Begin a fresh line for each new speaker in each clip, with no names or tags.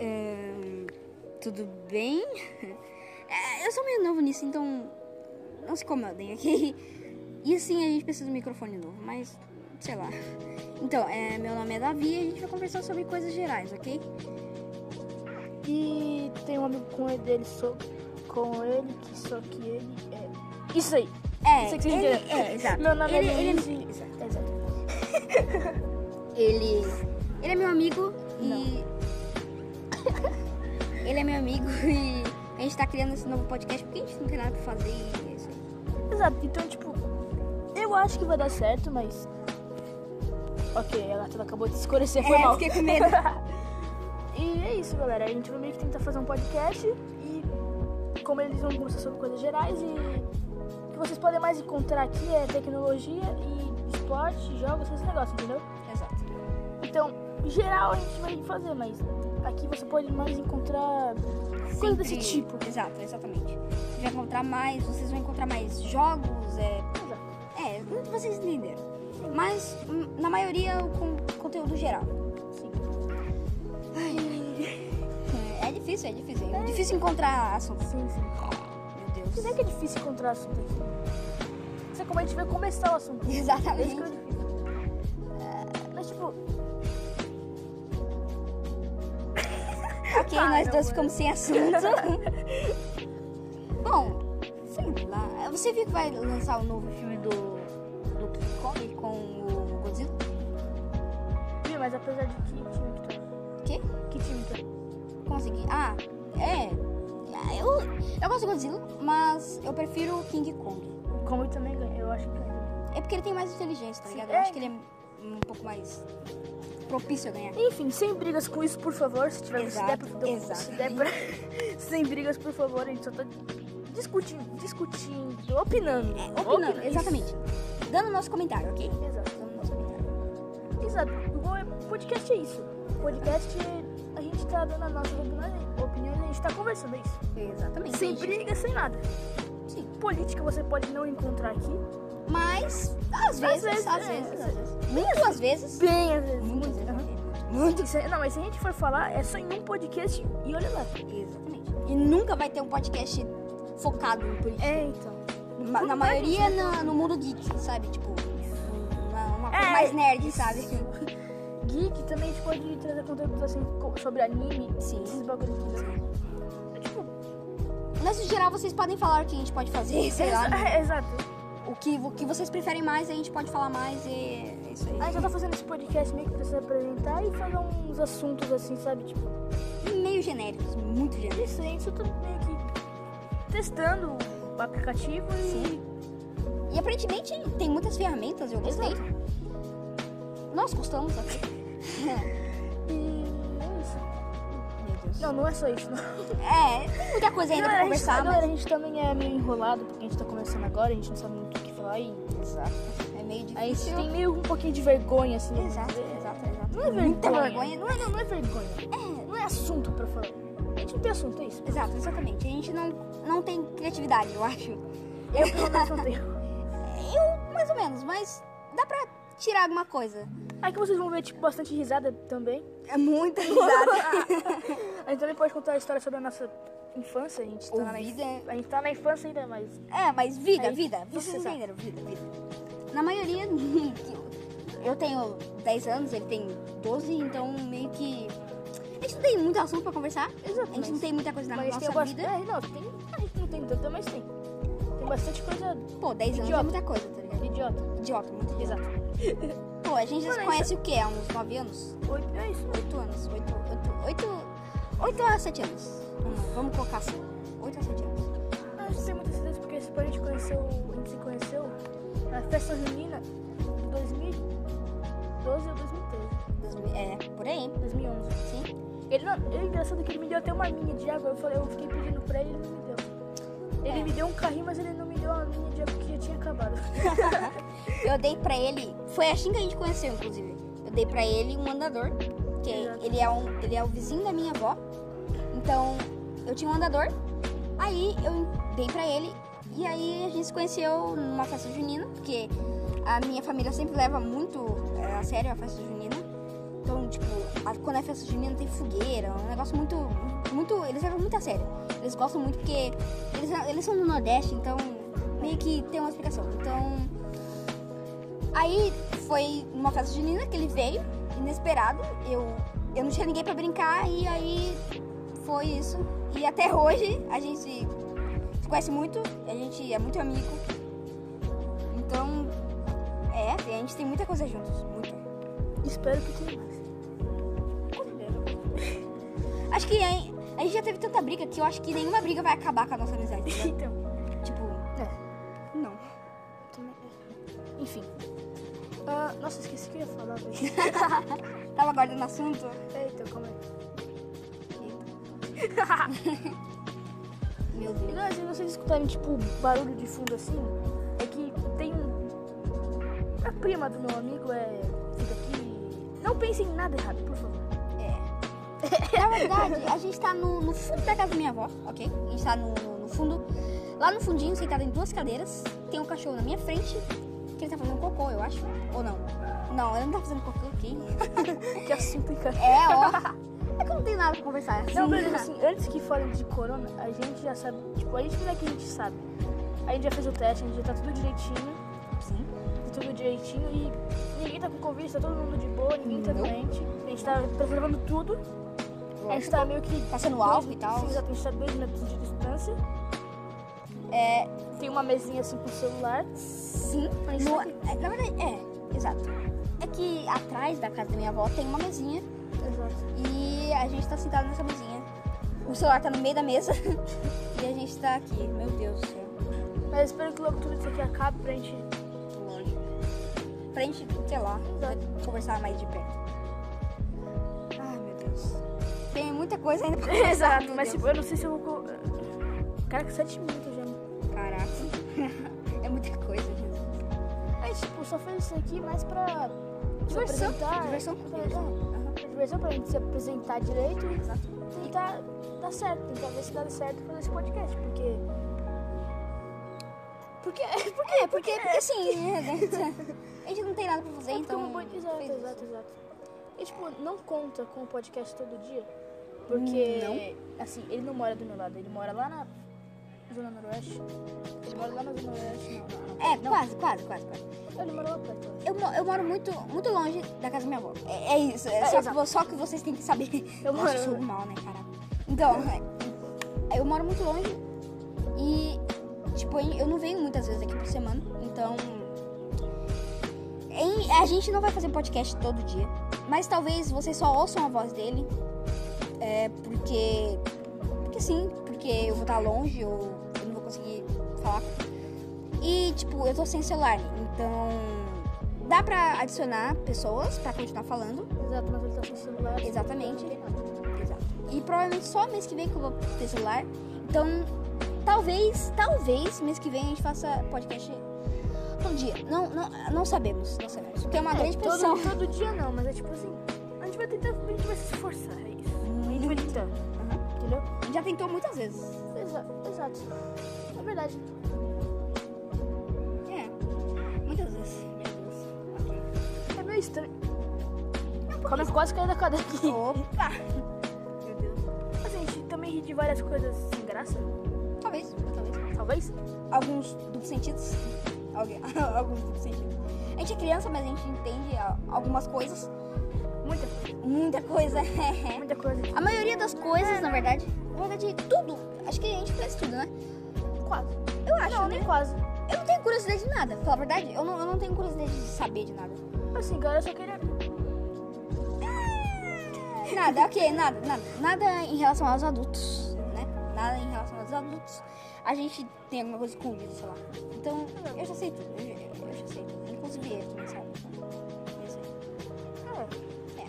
É, tudo bem? É, eu sou meio novo nisso, então não se incomodem, ok? E sim, a gente precisa de um microfone novo, mas sei lá. Então, é, meu nome é Davi e a gente vai conversar sobre coisas gerais, ok?
E tem um amigo com ele, dele só, com ele, que só que ele é. Isso aí!
É,
Isso aí que vocês
ele,
entenderam.
é, exato.
Meu nome
ele,
é
ele,
Luiz
ele,
e-
exato.
É, exato.
ele, ele é meu amigo e... ele é meu amigo e a gente tá criando esse novo podcast porque a gente não tem nada pra fazer e é isso aí.
Exato, então tipo, eu acho que vai dar certo, mas. Ok, a Gatela acabou de se escurecer, foi
É,
mal.
fiquei com medo.
e é isso, galera. A gente vai meio que tentar fazer um podcast e como eles vão conversar sobre coisas gerais e o que vocês podem mais encontrar aqui é tecnologia e esporte, jogos, esses negócios, entendeu?
Exato.
Então, em geral a gente vai fazer, mas aqui você pode mais encontrar coisas desse
Sempre-
tipo.
Exato, exatamente. Você vai encontrar mais, vocês vão encontrar mais jogos, é,
Exato.
é vocês entenderam. Mas, hum, na maioria, o con- conteúdo geral.
Sim.
É difícil, é difícil. É difícil encontrar assunto.
Sim, sim.
Meu Deus.
Não é que é difícil encontrar assunto aqui. Isso é como a gente vai começar o assunto. Isso que é
Exatamente.
difícil. É, Mas tipo,
Ok,
Ah,
nós
não,
dois
mano.
ficamos sem assunto. Bom, sei lá. Você viu que vai lançar o novo filme do, do King Kong com o Godzilla?
viu, mas apesar de que time que tu é?
Quê?
Que time tu é?
Consegui. Ah, é. Ah, Eu, eu gosto do Godzilla, mas eu prefiro o King Kong.
Como eu também ganho, eu acho que ganho.
É porque ele tem mais inteligência, tá
Sim,
ligado? Eu
é.
acho que ele é um pouco mais propício a ganhar.
Enfim, sem brigas com isso, por favor. Se tiver se der
Exato,
pra- um- se der pra- Sem brigas, por favor, a gente só tá discutindo, discutindo, opinando.
É, opinando,
Opinando, isso.
exatamente. Dando nosso comentário, ok?
Exato.
Dando nosso comentário.
Exato. Igual é- podcast é isso. Podcast é- a gente tá dando a nossa opinião, opinião e a gente tá conversando, é isso.
Exatamente.
Sem briga, sem nada.
Sim.
Política você pode não encontrar aqui.
Mas, às vezes,
vezes,
às
é,
vezes,
às
às vezes. Muito às vezes.
Bem, às vezes.
Muitas
Muito.
vezes.
aham.
ok.
Muito. Se- Não, mas se a gente for falar, é só em um podcast e olha lá.
Exatamente. E nunca vai ter um podcast focado em política.
É, então.
Ma- na
Não vai,
maioria na- no mundo geek, sabe? Tipo, uma, uma coisa
É,
mais nerd,
isso.
sabe?
Geek também a gente pode trazer conteúdos assim co- sobre anime,
Sim.
esses bagulhos. entendeu? É, Tipo,
Mas no geral vocês podem falar o que a gente pode fazer, sei lá.
exa-
né?
é, exato.
O que, o que vocês preferem mais, a gente pode falar mais e é isso
A gente
aí.
já tá fazendo esse podcast meio que pra se apresentar e fazer uns assuntos assim, sabe? Tipo,
Meio genéricos, muito genéricos.
isso aí, isso eu tô meio que testando o aplicativo e.
E aparentemente tem muitas ferramentas, eu gostei. Nós gostamos aqui.
e é isso.
Meu Deus.
Não, não é só isso. Não.
É, tem muita coisa ainda pra
Galera, a, gente,
conversar,
galera,
mas...
a gente também é meio enrolado porque a gente tá começando agora, a gente não sabe muito o que falar e.
Exato. É meio difícil.
A gente tem meio um pouquinho de vergonha, assim. vamos
Exato,
dizer.
exato, exato.
Não é vergonha.
Muita vergonha.
Não é, não, não é vergonha.
É,
Não é assunto pra falar. A gente não tem assunto, é isso.
exato, exatamente. A gente não, não tem criatividade, eu acho.
Eu pelo menos não tenho.
Eu, mais ou menos, mas dá pra tirar alguma coisa.
Aí que vocês vão ver, tipo, bastante risada também.
É muita risada.
A gente também pode contar a história sobre a nossa infância. A gente tá,
Ou
na,
vida.
a gente tá na infância ainda, mas...
É, mas vida,
Aí,
vida.
isso,
Vocês
exato.
entenderam, vida, vida. Na maioria, eu tenho 10 anos, ele tem 12, então meio que. A gente não tem muito assunto pra conversar.
Exato,
A gente não
mas-
tem muita coisa na
mas
nossa
tem bast-
vida.
É, não, tem... A gente não tem tanto, mas tem. Tem bastante coisa
Pô, 10 anos é
Idiota.
muita coisa, tá ligado?
idiota.
Idiota, muito idiota.
Exato.
Pô, a gente já se
Mano,
conhece o quê? Há uns 9 anos?
Oito- É isso.
8 anos, 8, 8, 8, 8 a 7 anos. Vamos, vamos colocar assim, 8 a 7 anos.
Não, Ah, A gente tem muita certeza porque esse pai a gente conheceu, a gente se conheceu na festa junina de 2012 ou 2013,
Dois mil- É, por aí,
2011.
sim.
Ele não, ele, engraçado é que ele me deu até uma minha de água, eu falei, eu fiquei pedindo pra ele, ele não me deu. Ele
É.
me deu um carrinho, mas ele não me deu a minha de água que já tinha acabado.
Eu dei pra ele, foi assim que a gente conheceu, inclusive. Eu dei pra ele um andador, que
Exato.
ele é, um, ele é o vizinho da minha avó. Então, eu tinha um andador, aí eu dei pra ele, e aí a gente se conheceu numa festa junina, porque a minha família sempre leva muito é, a sério a festa junina. Então, tipo, a- quando é festa junina tem fogueira, é um negócio muito muito. Eles levam muito a sério. Eles gostam muito porque eles, eles são do Nordeste, então meio que tem uma explicação. Então. Aí foi numa festa junina que ele veio, inesperado. Eu, eu não tinha ninguém pra brincar e aí foi isso. E até hoje a gente se conhece muito, a gente é muito amigo. Então, é, a gente tem muita coisa juntos, muita.
Espero que tenha mais.
Acho que a, a gente já teve tanta briga que eu acho que nenhuma briga vai acabar com a nossa amizade. né?
Então,
tipo,
é.
não.
também- Enfim. Ah, nossa, esqueci o que eu ia falar, velho.
Tava guardando assunto.
Eita, calma aí.
Meu
E
Deus.
não, se vocês escutarem, tipo, barulho de fundo assim, é que tem um. A prima do meu amigo é. Fica aqui. Não pensem em nada errado, por favor.
Na verdade, a gente tá no, no fundo da casa da minha avó, ok? A gente tá no, no- no fundo. Lá no fundinho, sentado em duas cadeiras, tem um cachorro na minha frente, que ele tá fazendo cocô, eu acho. Ou não? Não, ele não tá fazendo cocô, ok?
Que assunto, hein, cara?
É, ó. É que eu não tenho nada pra conversar. Assim.
Não, mas assim, antes que falem de corona, a gente já sabe. Tipo, a gente não é que a gente sabe. A gente já fez o teste, a gente já tá tudo direitinho,
Sim.
tá tudo direitinho e ninguém tá com Covid, tá todo mundo de boa, ninguém tá
Não.
doente. A gente tá preservando tudo. A gente tá meio que.
Passando álcool e tal.
Sim, exato, a gente tá dois metros de distância.
É,
Tem uma mesinha assim pro celular.
sim.
Mas
No-
sabe-
é, na verdade, é, exato. É que atrás da casa da minha avó tem uma mesinha
Exato.
e a gente tá sentado nessa mesinha. O celular tá no meio da mesa e a gente tá aqui. Meu Deus do céu.
Mas espero que logo tudo isso aqui acabe pra gente.
Pra gente, sei lá, conversar mais de perto. Ai, meu Deus. Tem muita coisa ainda pra conversar. meu
Mas
Deus.
tipo, eu não sei se eu vou. co- Caraca, sete minutos já.
tipo, Caraca. É muita coisa, Jesus.
Mas tipo, só fez isso aqui mais pra. se
Diversão.
apresentar.
Diversão.
É,
Aham.
é, diversão pra gente se apresentar direito e
Exato.
tentar dar certo. Tentar ver se dá certo fazer esse podcast. Porque.
Porque, porque,
É,
porque, porque assim, né? a gente não tem nada pra fazer,
É porque
então.
uma boa- Exato,
fez isso.
exato, exato. E tipo, não conta com o podcast todo dia. Porque. Assim, ele não mora do meu lado, ele mora lá na Zona Noroeste. Ele mora lá na Zona Noroeste, não. não, não.
É,
Não,
quase, quase, quase, quase.
Ele mora lá perto. eu acho.
Eu, mo- eu moro muito, muito longe da casa da minha avó. É, é isso, é
É,
só, que,
exato.
vo- só que vocês têm que saber.
Eu
Nossa,
moro-
sou mal, né, cara? Então, é, eu moro muito longe e, tipo, eu não venho muitas vezes aqui por semana, então. em- a gente não vai fazer podcast todo dia, mas talvez vocês só ouçam a voz dele, é, porque. Porque sim, porque eu vou estar longe, ou eu não vou conseguir falar. E, tipo, eu tô sem celular, então. Dá pra adicionar pessoas pra continuar falando.
Exato, mas ele tá sem celular.
Exatamente.
não tem nada.
Exato. E provavelmente só mês que vem que eu vou ter celular. Então, talvez, talvez mês que vem a gente faça podcast todo dia. Não, não, não sabemos, não sabemos. Porque é uma grande pressão.
Todo, todo dia não, mas é tipo assim, a gente vai tentar, a gente vai se esforçar, é isso. A gente vai tentar,
Aham.
entendeu?
A gente Já tentou muitas vezes.
Exato, exato. É verdade.
É. Muitas vezes. Meu Deus.
É meio estranho. Calma, eu quase caí da cadeira aqui.
Opa! Meu Deus.
Mas a gente também ri de várias coisas sem graça,
Talvez, talvez.
talvez.
alguns duplos sentidos. Alguém- alguns duplos sentidos. A gente é criança, mas a gente entende ah, algumas coisas.
Muita coisa,
Muita coisa. É.
muita coisa.
a maioria das coisas, na verdade. Na verdade, tudo. Acho que a gente conhece tudo, né?
Quase. né?
Eu acho.
Não, nem quase.
Eu não tenho curiosidade de nada. pra Falar a verdade, eu não, eu não tenho curiosidade de saber de nada.
Assim, cara, eu só queria...
Nada, ok, nada, nada. Nada em relação aos adultos, né? Nada em relação aos adultos. A gente tem alguma coisa escondida, sei lá. Então, eu já sei tudo. Eu, já- eu já sei tudo. Inclusive, eu também sabe. Eu sei.
É.
É.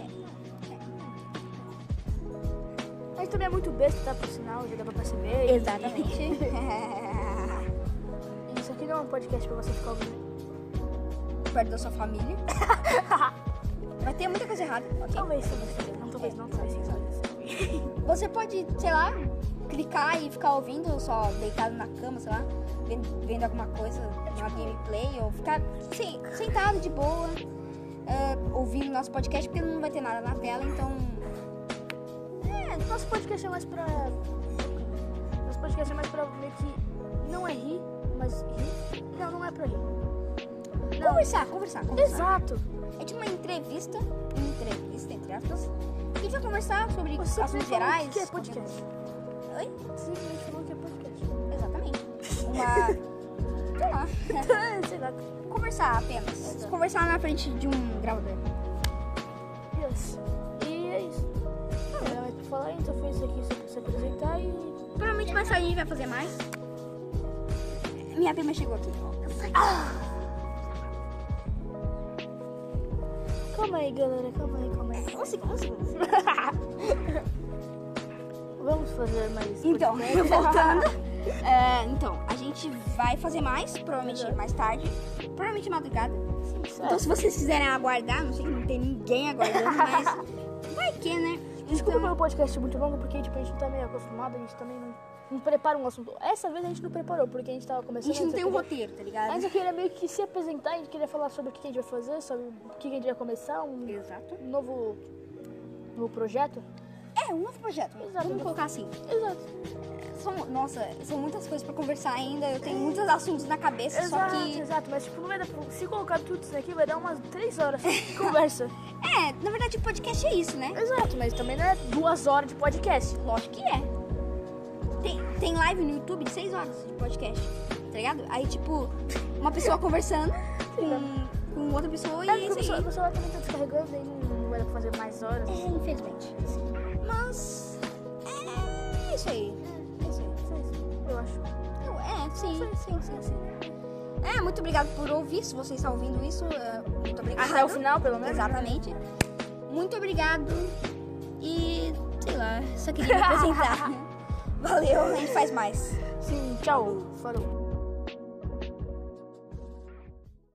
É.
É.
A gente também é muito besta, tá? Por sinal, já dá pra
É,
perceber. E-
Exatamente. é.
e Isso aqui não é um podcast pra você ficar ouvindo.
Perto da sua família. Vai ter muita coisa errada. ok?
Talvez, talvez, talvez. Não, talvez não, talvez sim, talvez sim.
Você pode, sei lá, clicar e ficar ouvindo só deitado na cama, sei lá, vendo, vendo alguma coisa, uma gameplay, ou ficar se- sentado de boa, eh, é, ouvindo nosso podcast, porque não vai ter nada na tela, então.
É, nosso podcast é mais pra. Nosso podcast é mais pra meio que. Não é rir, mas rir. Não, não é pra rir. Não.
Conversar, conversar, conversar.
Exato.
É tipo uma entrevista, entrevista, entre aspas, que a gente vai conversar sobre
Você
assuntos gerais.
O que é podcast?
qualquer- Oi?
Simplesmente falou que é podcast.
Exatamente. Uma. sei lá.
Sei lá.
Conversar apenas. Conversar na frente de um gravador.
Yes. E é isso. Não
Ah.
era mais pra falar, então foi isso aqui só pra se apresentar e.
Provavelmente mais tarde a gente vai fazer mais. Minha prima chegou aqui. Então.
Calma aí, galera. Calma aí, calma aí.
Um segundo, um segundo.
Vamos fazer mais.
Então,
podcast.
voltando. É, então, a gente vai fazer mais, provavelmente
Uhum.
mais tarde. Provavelmente madrugada. Então,
Então,
se vocês quiserem aguardar, não sei que não tem ninguém aguardando, mas vai que, né?
Desculpa
então,
pelo podcast muito longo, porque tipo, a gente não tá meio acostumado, a gente também não, não prepara um assunto. Essa vez a gente não preparou, porque a gente tava
a
começando.
gente não tem um
entendeu?
roteiro, tá ligado?
Mas eu queria meio que se apresentar, a gente queria falar sobre o que a gente vai fazer, sobre o que a gente vai começar, um
Exato.
novo, novo projeto.
É, um novo projeto.
Exato.
Vamos colocar assim.
Exato.
São, nossa, são muitas coisas pra conversar ainda. Eu tenho muitos assuntos na cabeça, só
É. Exato,
que.
exato, mas tipo, não vai dar, pra- se colocar tudo isso aqui vai dar umas três horas de conversa.
É, na verdade, o podcast é isso, né?
Exato, mas também não é duas horas de podcast.
Lógico que é. Tem, tem live no YouTube de 6 horas de podcast, tá ligado? Aí, tipo, uma pessoa conversando com, com outra pessoa e
É,
é
porque o
isso aí.
pessoal o pessoal também tá descarregando aí, não vai dar pra fazer mais horas.
É, infelizmente. Mas. É isso aí. É isso aí.
Só isso, eu acho.
Eu- É, sim, sim, sim, sim. É, muito obrigado por ouvir. Se você está ouvindo isso, é, muito obrigado.
Até o final, pelo menos.
Exatamente. Muito obrigado. E, sei lá, só queria me apresentar. Valeu, a gente faz mais.
Sim, tchau. Falou.